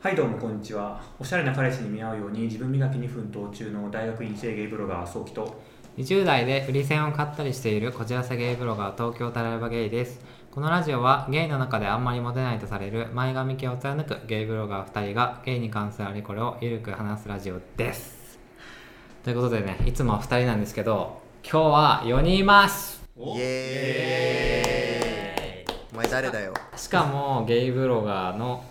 はいどうもこんにちはおしゃれな彼氏に見合うように自分磨きに奮闘中の大学院生ゲイブロガー早期と20代でフリセンを買ったりしているこちらさゲイブロガー東京タラレバゲイですこのラジオはゲイの中であんまりモテないとされる前髪系を貫くゲイブロガー2人がゲイに関するあれこれをゆるく話すラジオですということでねいつも2人なんですけど今日は4人いますおイエーイお前誰だよしかもゲイブロガーの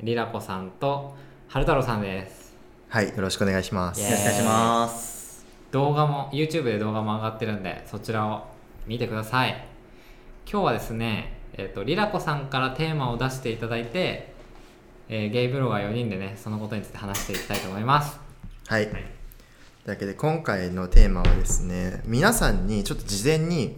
りらこさんと春太郎さんですはいよろしくお願いしますイエよろしくお願いします動画も YouTube で動画も上がってるんでそちらを見てください今日はですねえっ、とりらこさんからテーマを出していただいて、えーゲイブロガー4人でねそのことについて話していきたいと思いますはいといはいうわけで今回のテーマはですね皆さんにちょっと事前に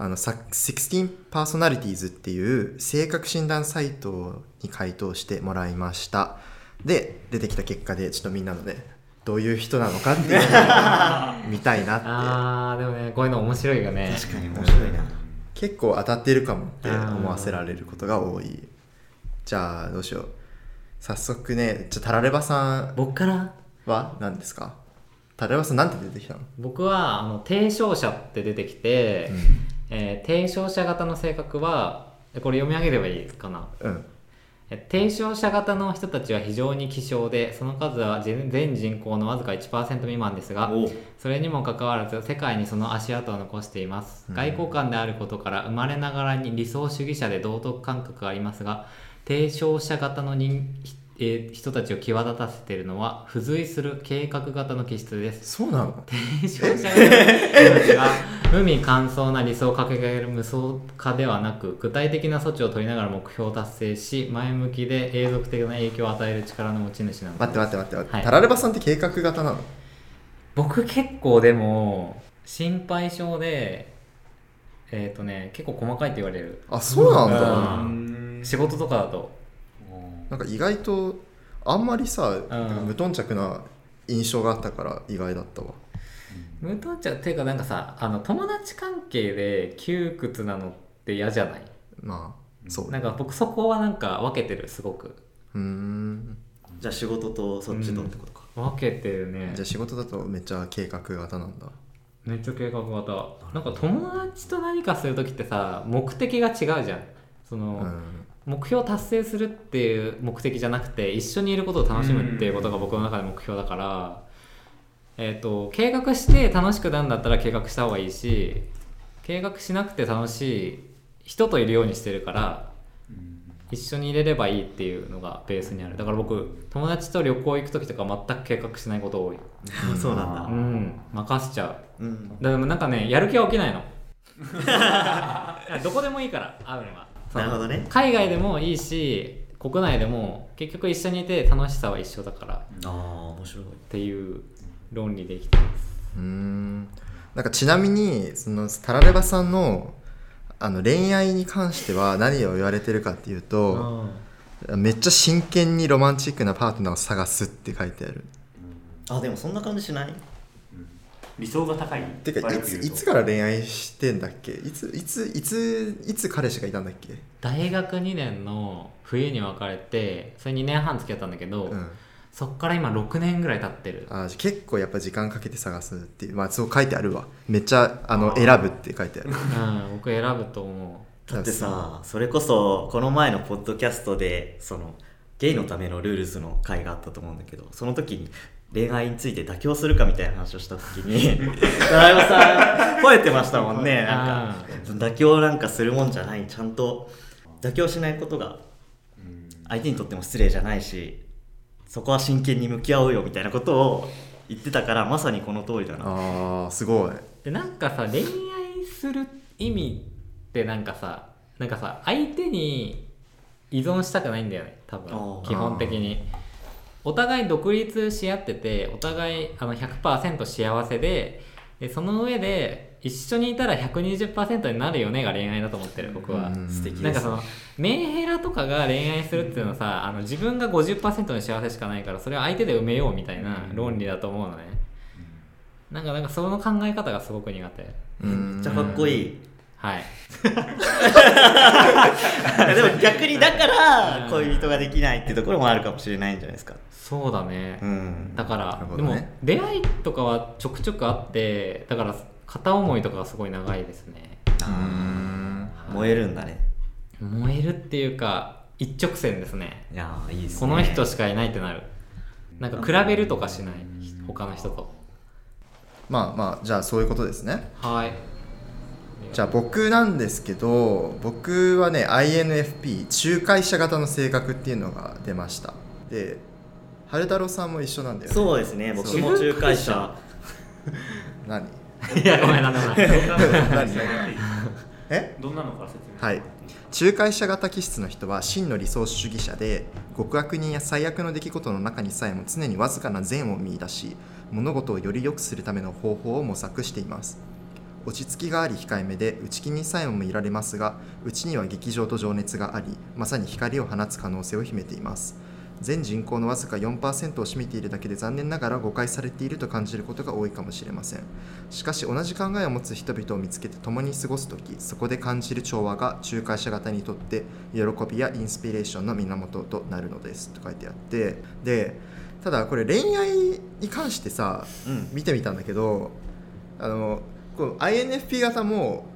あのさ16パーソナリティーズっていう性格診断サイトに回答してもらいましたで出てきた結果でちょっとみんなのねどういう人なのかっていうのを見たいなってあーでもねこういうの面白いよね確かに面白いな結構当たってるかもって思わせられることが多いじゃあどうしよう早速ねじゃあタラレバさん僕からは何ですかタレバさんなんて出てきたの僕はあの提唱者って出てきて、えー提唱者型の性格はこれ読み上げればいいかなうんえ提唱者型の人たちは非常に希少でその数は全全人口のわずか1%未満ですがおそれにもかかわらず世界にその足跡を残していますうん外交官であることから生まれながらに理想主義者で道徳感覚がありますが提唱者型の人,ひ、えー人たちを際立たせているのは付随する計画型の気質ですそうなの提唱者型の人たちは無味乾燥な理想を掲げる無双化ではなく具体的な措置を取りながら目標を達成し前向きで永続的な影響を与える力の持ち主なのです待って待って待って待って、はいタラレバさんって計画型なの僕結構でも心配性でえっ、とね結構細かいって言われるあそうなんだ、う仕事とかだとなんか意外とあんまりさ、なんか無頓着な印象があったから意外だったわ無頓着っていうかなんかさあの友達関係で窮屈なのって嫌じゃないまあそうなんか僕そこはなんか分けてるすごくうーんじゃあ仕事とそっちとってことか、分けてるねじゃあ仕事だとめっちゃ計画型なんだめっちゃ計画型なんか友達と何かする時ってさ目的が違うじゃんその、うん目標を達成するっていう目的じゃなくて一緒にいることを楽しむっていうことが僕の中で目標だから、えー、と計画して楽しくなんだったら計画した方がいいし計画しなくて楽しい人といるようにしてるから一緒にいれればいいっていうのがベースにあるだから僕友達と旅行行く時とか全く計画しないこと多いそうなんだうあん任せちゃううんだからなんかねやる気は起きないのどこでもいいから会うのはなるほどね海外でもいいし国内でも結局一緒にいて楽しさは一緒だからっああ面白いていう論理で生きてますうーんなんかちなみにそのタラレバさんのあの恋愛に関しては何を言われてるかっていうと、めっちゃ真剣にロマンチックなパートナーを探すって書いてあるあでもそんな感じしない理想が高いてかい悪くつ言うと いつから恋愛してんだっけいついついついつ彼氏がいたんだっけ大学2年の冬に別れてそれ2年半付き合ったんだけど、うんそっから今6年ぐらい経って るあー結構やっぱ時間かけて探すっていうまあそう書いてあるわめっちゃあの選ぶって書いてあるうん僕選ぶと思だってさそれこそこの前のポッドキャストでそのゲイのためのルールズの回があったと思うんだけどその時に恋愛について妥協するかみたいな話をした時 に田中さん吠えてましたもんねなんか妥協なんかするもんじゃないちゃんと妥協しないことが相手にとっても失礼じゃないしそこは真剣に向き合おうよみたいなことを言ってたからまさにこの通りだなあーすごいでなんかさ恋愛する意味ってなんかさなんかさ相手に依存したくないんだよね多あー分基本的にお互い独立し合っててお互いあの100%幸せででその上で一緒にいたら120%になるよねが恋愛だと思ってる僕は。うん素敵なんでかすそのメンヘラとかが恋愛するっていうのはさあの自分が50%の幸せしかないからそれを相手で埋めようみたいな論理だと思うのね、なんかなんかその考え方がすごく苦手うんめっちゃかっこいいはいいやでも逆にだかうらん恋人ができないってところもあるかもしれないんじゃないですかそうだね、うんだから、なるほでどねも出会いとかはちょくちょくあってだから片思いとかがすごい長いですねうん燃えるんだね燃えるっていうか一直線ですねいやーいいですねこの人しかいないってなるなんか比べるとかしない他の人とまあまあじゃあそういうことですねはいじゃあ僕なんですけど僕はね INFP 仲介者型の性格っていうのが出ましたで春太郎さんも一緒なんだよねそうですね僕も仲介者何いやごめんなさい何えどんなのか説明はい仲介者型気質の人は真の理想主義者で極悪人や最悪の出来事の中にさえも常にわずかな善を見出し物事をより良くするための方法を模索しています落ち着きがあり控えめで内気にさえも見られますが内には劇場と情熱がありまさに光を放つ可能性を秘めています全人口のわずか4%を占めているだけで残念ながら誤解されていると感じることが多いかもしれませんしかし同じ考えを持つ人々を見つけて共に過ごす時そこで感じる調和が仲介者型にとって喜びやインスピレーションの源となるのですと書いてあってでただこれ恋愛に関してさうん見てみたんだけどあのこの INFP 型も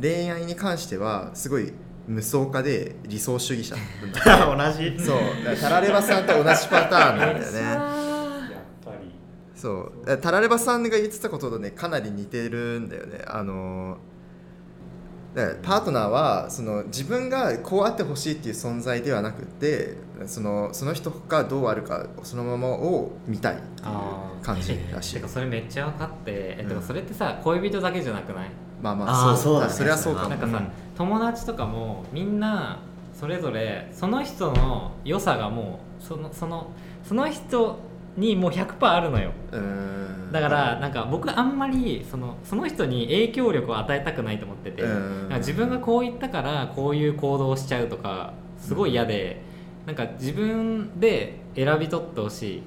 恋愛に関してはすごい無双化で理想主義者 同じそうだからタラレバさんと同じパターンなんだよねやっぱりそうタラレバさんが言ってたこととねかなり似てるんだよねあのだからパートナーはその自分がこうあってほしいっていう存在ではなくてそのその人がどうあるかそのままを見たいっていう感じらしいてかそれめっちゃ分かって、えうんてかそれってさ恋人だけじゃなくないまあまああーそうそうだねそれはそうかもなんかさ、うん友達とかもみんなそれぞれその人の良さがもうそのそのその人にもう100%あるのようーんだからなんか僕あんまりそのその人に影響力を与えたくないと思っててうんなんか自分がこう言ったからこういう行動をしちゃうとかすごい嫌でなんか自分で選び取ってほしい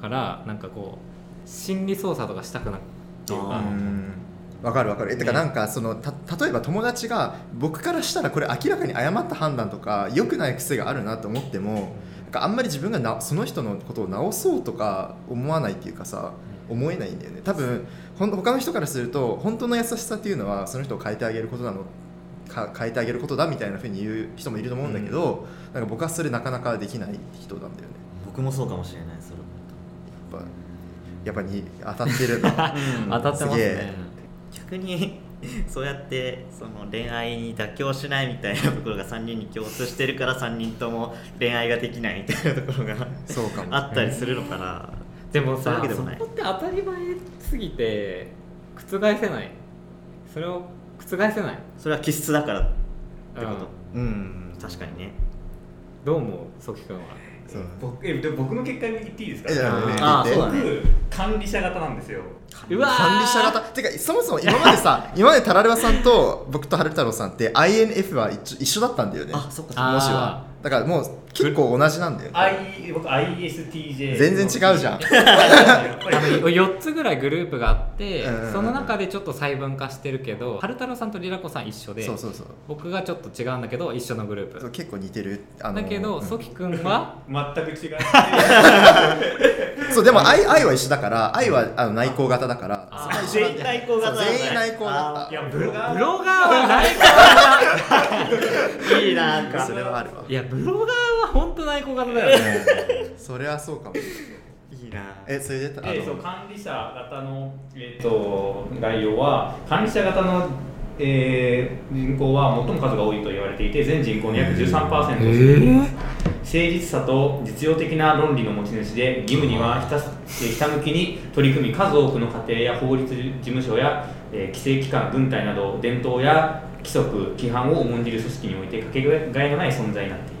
からなんかこう心理操作とかしたくないっていうかあーわかるわかるえてかねなんかそのた例えば友達が僕からしたらこれ明らかに誤った判断とか良くない癖があるなと思ってもなんかあんまり自分がなその人のことを直そうとか思わないっていうかさ思えないんだよね多分ほん他の人からすると本当の優しさっていうのはその人を変えてあげることなのか変えてあげることだみたいな風に言う人もいると思うんだけど、なんか僕はそれなかなかできない人なんだよね僕もそうかもしれないそれやっぱやっぱに当たってるなうん当たってますすげねえ逆に そうやってその恋愛に妥協しないみたいなところが3人に共通してるから3人とも恋愛ができないみたいなところ がそうかもあったりするのかな、でもそうさいうわけでそもないこって当たり前すぎて覆せないそれを覆せないってそれは気質だからってこことうん、確かにねどう思うソキ君はそう僕えでも僕の結果言っていいですかえじゃあねあー言ってそうだね僕管理者型なんですようわー管理者型てかそもそも今までさ今までタラレバさんと僕と春太郎さんって INF は一緒一緒だったんだよねあそっかあー文字はだからもう結構同じなんだよ、 I 僕 ISTJ 全然違うじゃんやっぱり4つぐらいグループがあってうんその中でちょっと細分化してるけど春太郎さんとりらこさん一緒でそうそうそう僕がちょっと違うんだけど一緒のグルそーう結構似てるあプだけどうんソキ君は全く違うそうでも愛愛は一緒だから愛はあの内向型だからあそこは一緒なん全員だよ内向型なんだそう全員内向だ っいやブロガブーロガーは内向あーいいななんたかそれはあるわ いやブロガーは本当内向型だよねそれはそうかもいいなえそれであえーそうの管理者型の、えー、と概要は管理者型の、えー人口は最も数が多いと言われていて全人口の約13%を占めている誠実さと実用的な論理の持ち主で義務にはひたすえーひたむきに取り組み数多くの家庭や法律事務所や、えー規制機関軍隊など伝統や規則規範を重んじる組織においてかけがえのない存在になっています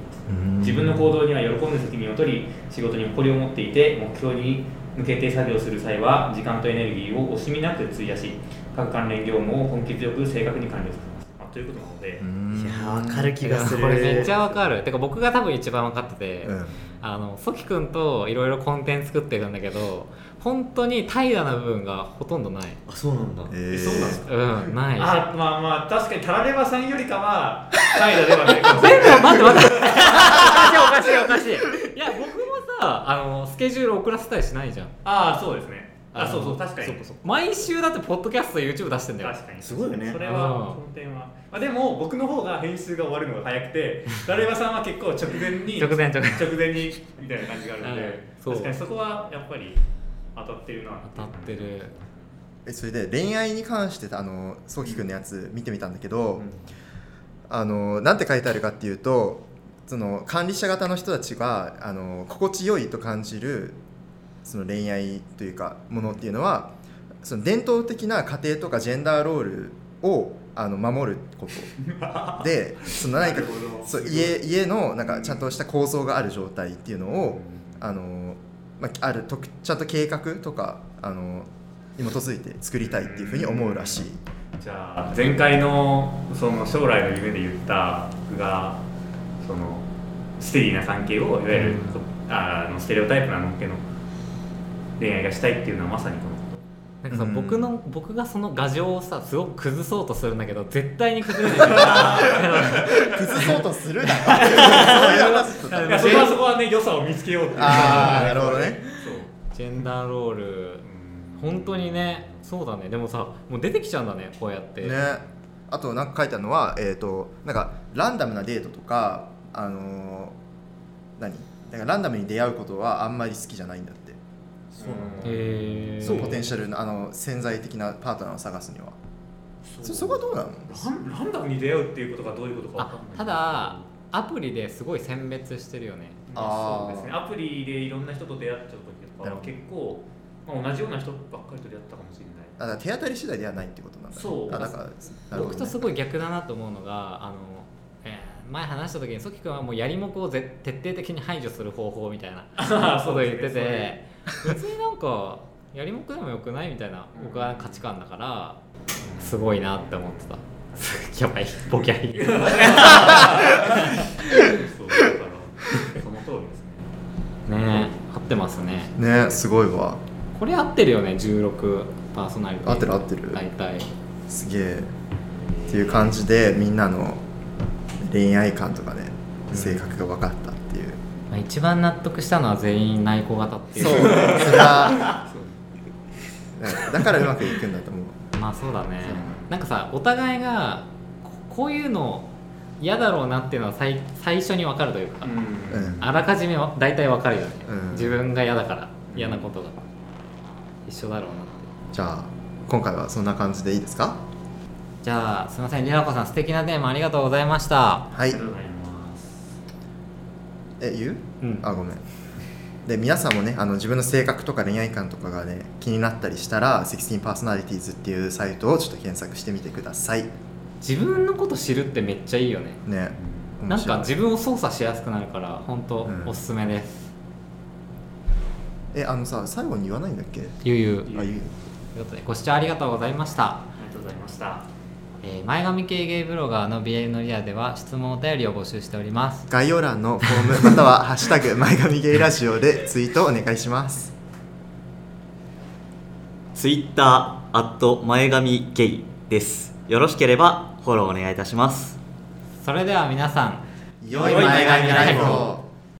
自分の行動には喜んで責任を取り仕事に誇りを持っていて目標に向けて作業する際は時間とエネルギーを惜しみなく費やし各関連業務を本気強く正確に完了させますあということなので、うんいやーわかる気がするこれめっちゃわかるてか僕が多分一番分かっててうんあのソキ君といろいろコンテンツ作っていくんだけど本当に平らな部分がほとんどないあそうなんだえーそうなんですかうんないあまあまあ確かにタラレバさんよりかは怠惰ではないかもしれ 全ない部待って待って おかしいおかしいおかしいいや僕もさあのスケジュール遅らせたりしないじゃんああそうですねあそうそうの確かにそうそう毎週だってポッドキャスト YouTube 出してんだよ確かにすごいよねそれうはんその点は、まあ、でも僕の方が編集が終わるのが早くてタラレバさんは結構直前に直前直前直前にみたいな感じがあるんで、はいそう確かにそこはやっぱり当たってるな当たってるえそれで恋愛に関してあのソキ君のやつ見てみたんだけど、うんあのなんて書いてあるかっていうとその管理者型の人たちがあの心地よいと感じるその恋愛というかものっていうのはその伝統的な家庭とかジェンダーロールをあの守る ことでその何かなるほどそう家家のなんかちゃんとした構造がある状態っていうのをあの、まあ、あるとちゃんと計画とかあのに基づいて作りたいっていうふうに思うらしい。じゃあ前回のその将来の夢で言った僕がそのステディな関係をいわゆる、こあのステレオタイプなのっけの恋愛がしたいっていうのはまさにこのなんかさ、うん僕の僕がその牙城をさすごく崩そうとするんだけど絶対に崩れな いから崩そうとする なそういう話といかやそこはそこはね良さを見つけようっていうああなるほどねそうジェンダーロール本当にねそうだねでもさもう出てきちゃうんだねこうやって、ねあとなんか書いてあるのはえっ、となんかランダムなデートとかあのー何なんかランダムに出会うことはあんまり好きじゃないんだってそうへーそうポテンシャルのあの潜在的なパートナーを探すにはそそこはどうなのランランダムに出会うっていうことがどういうことかわかんあないただアプリですごい選別してるよねまあそうですねあアプリでいろんな人と出会っちゃう時とかは結構、まあ、同じような人ばっかりと出会ったかもしれないあだから手当たり次第ではないってことなんだ、ね、そうあだからなるほ僕ど、とねす、ごい逆だなと思うのがあの、えー前話した時にソキ君はもうやりもこをぜ徹底的に排除する方法みたいなあーこそとうをです言っねてそれて別になんかやりもこでもよくないみたいな僕は価値観だからすごいなって思ってた やばいボキャイそうだからその通りですねね合ってますねねすごいわこれ合ってるよね16パーソナリティ合ってる合ってる大体すげえっていう感じでみんなの恋愛観とかね性格が分かったっていう、まあ一番納得したのは全員内向型っていう そうそれはうんだからうまくいくんだと思うまあそうだねそうなんかさお互いがここういうの嫌だろうなっていうのは最最初に分かるというか、ううんんあらかじめは大体分かるよね、うん自分が嫌だから嫌なことが一緒だろうなってじゃあ今回はそんな感じでいいですかじゃあすいませんりなこさん素敵なテーマありがとうございましたはいありがとうございますえ言う、うんあごめんで皆さんもねあの自分の性格とか恋愛観とかがね気になったりしたら16 personalities っていうサイトをちょっと検索してみてください自分のこと知るってめっちゃいいよねねなん面白いか自分を操作しやすくなるから本当うんおすすめです、えあのさ最後に言わないんだっけゆうゆうといあ言ううことでご視聴ありがとうございましたありがとうございましたえー前髪系ゲイブロガーの BL のリアでは質問お便りを募集しております概要欄のフォームまたは「ハッシュタグ前髪ゲイラジオ」でツイートお願いしますツイッターアット前髪ゲイですよろしければフォローお願いいたしますそれでは皆さん良い前髪ライフを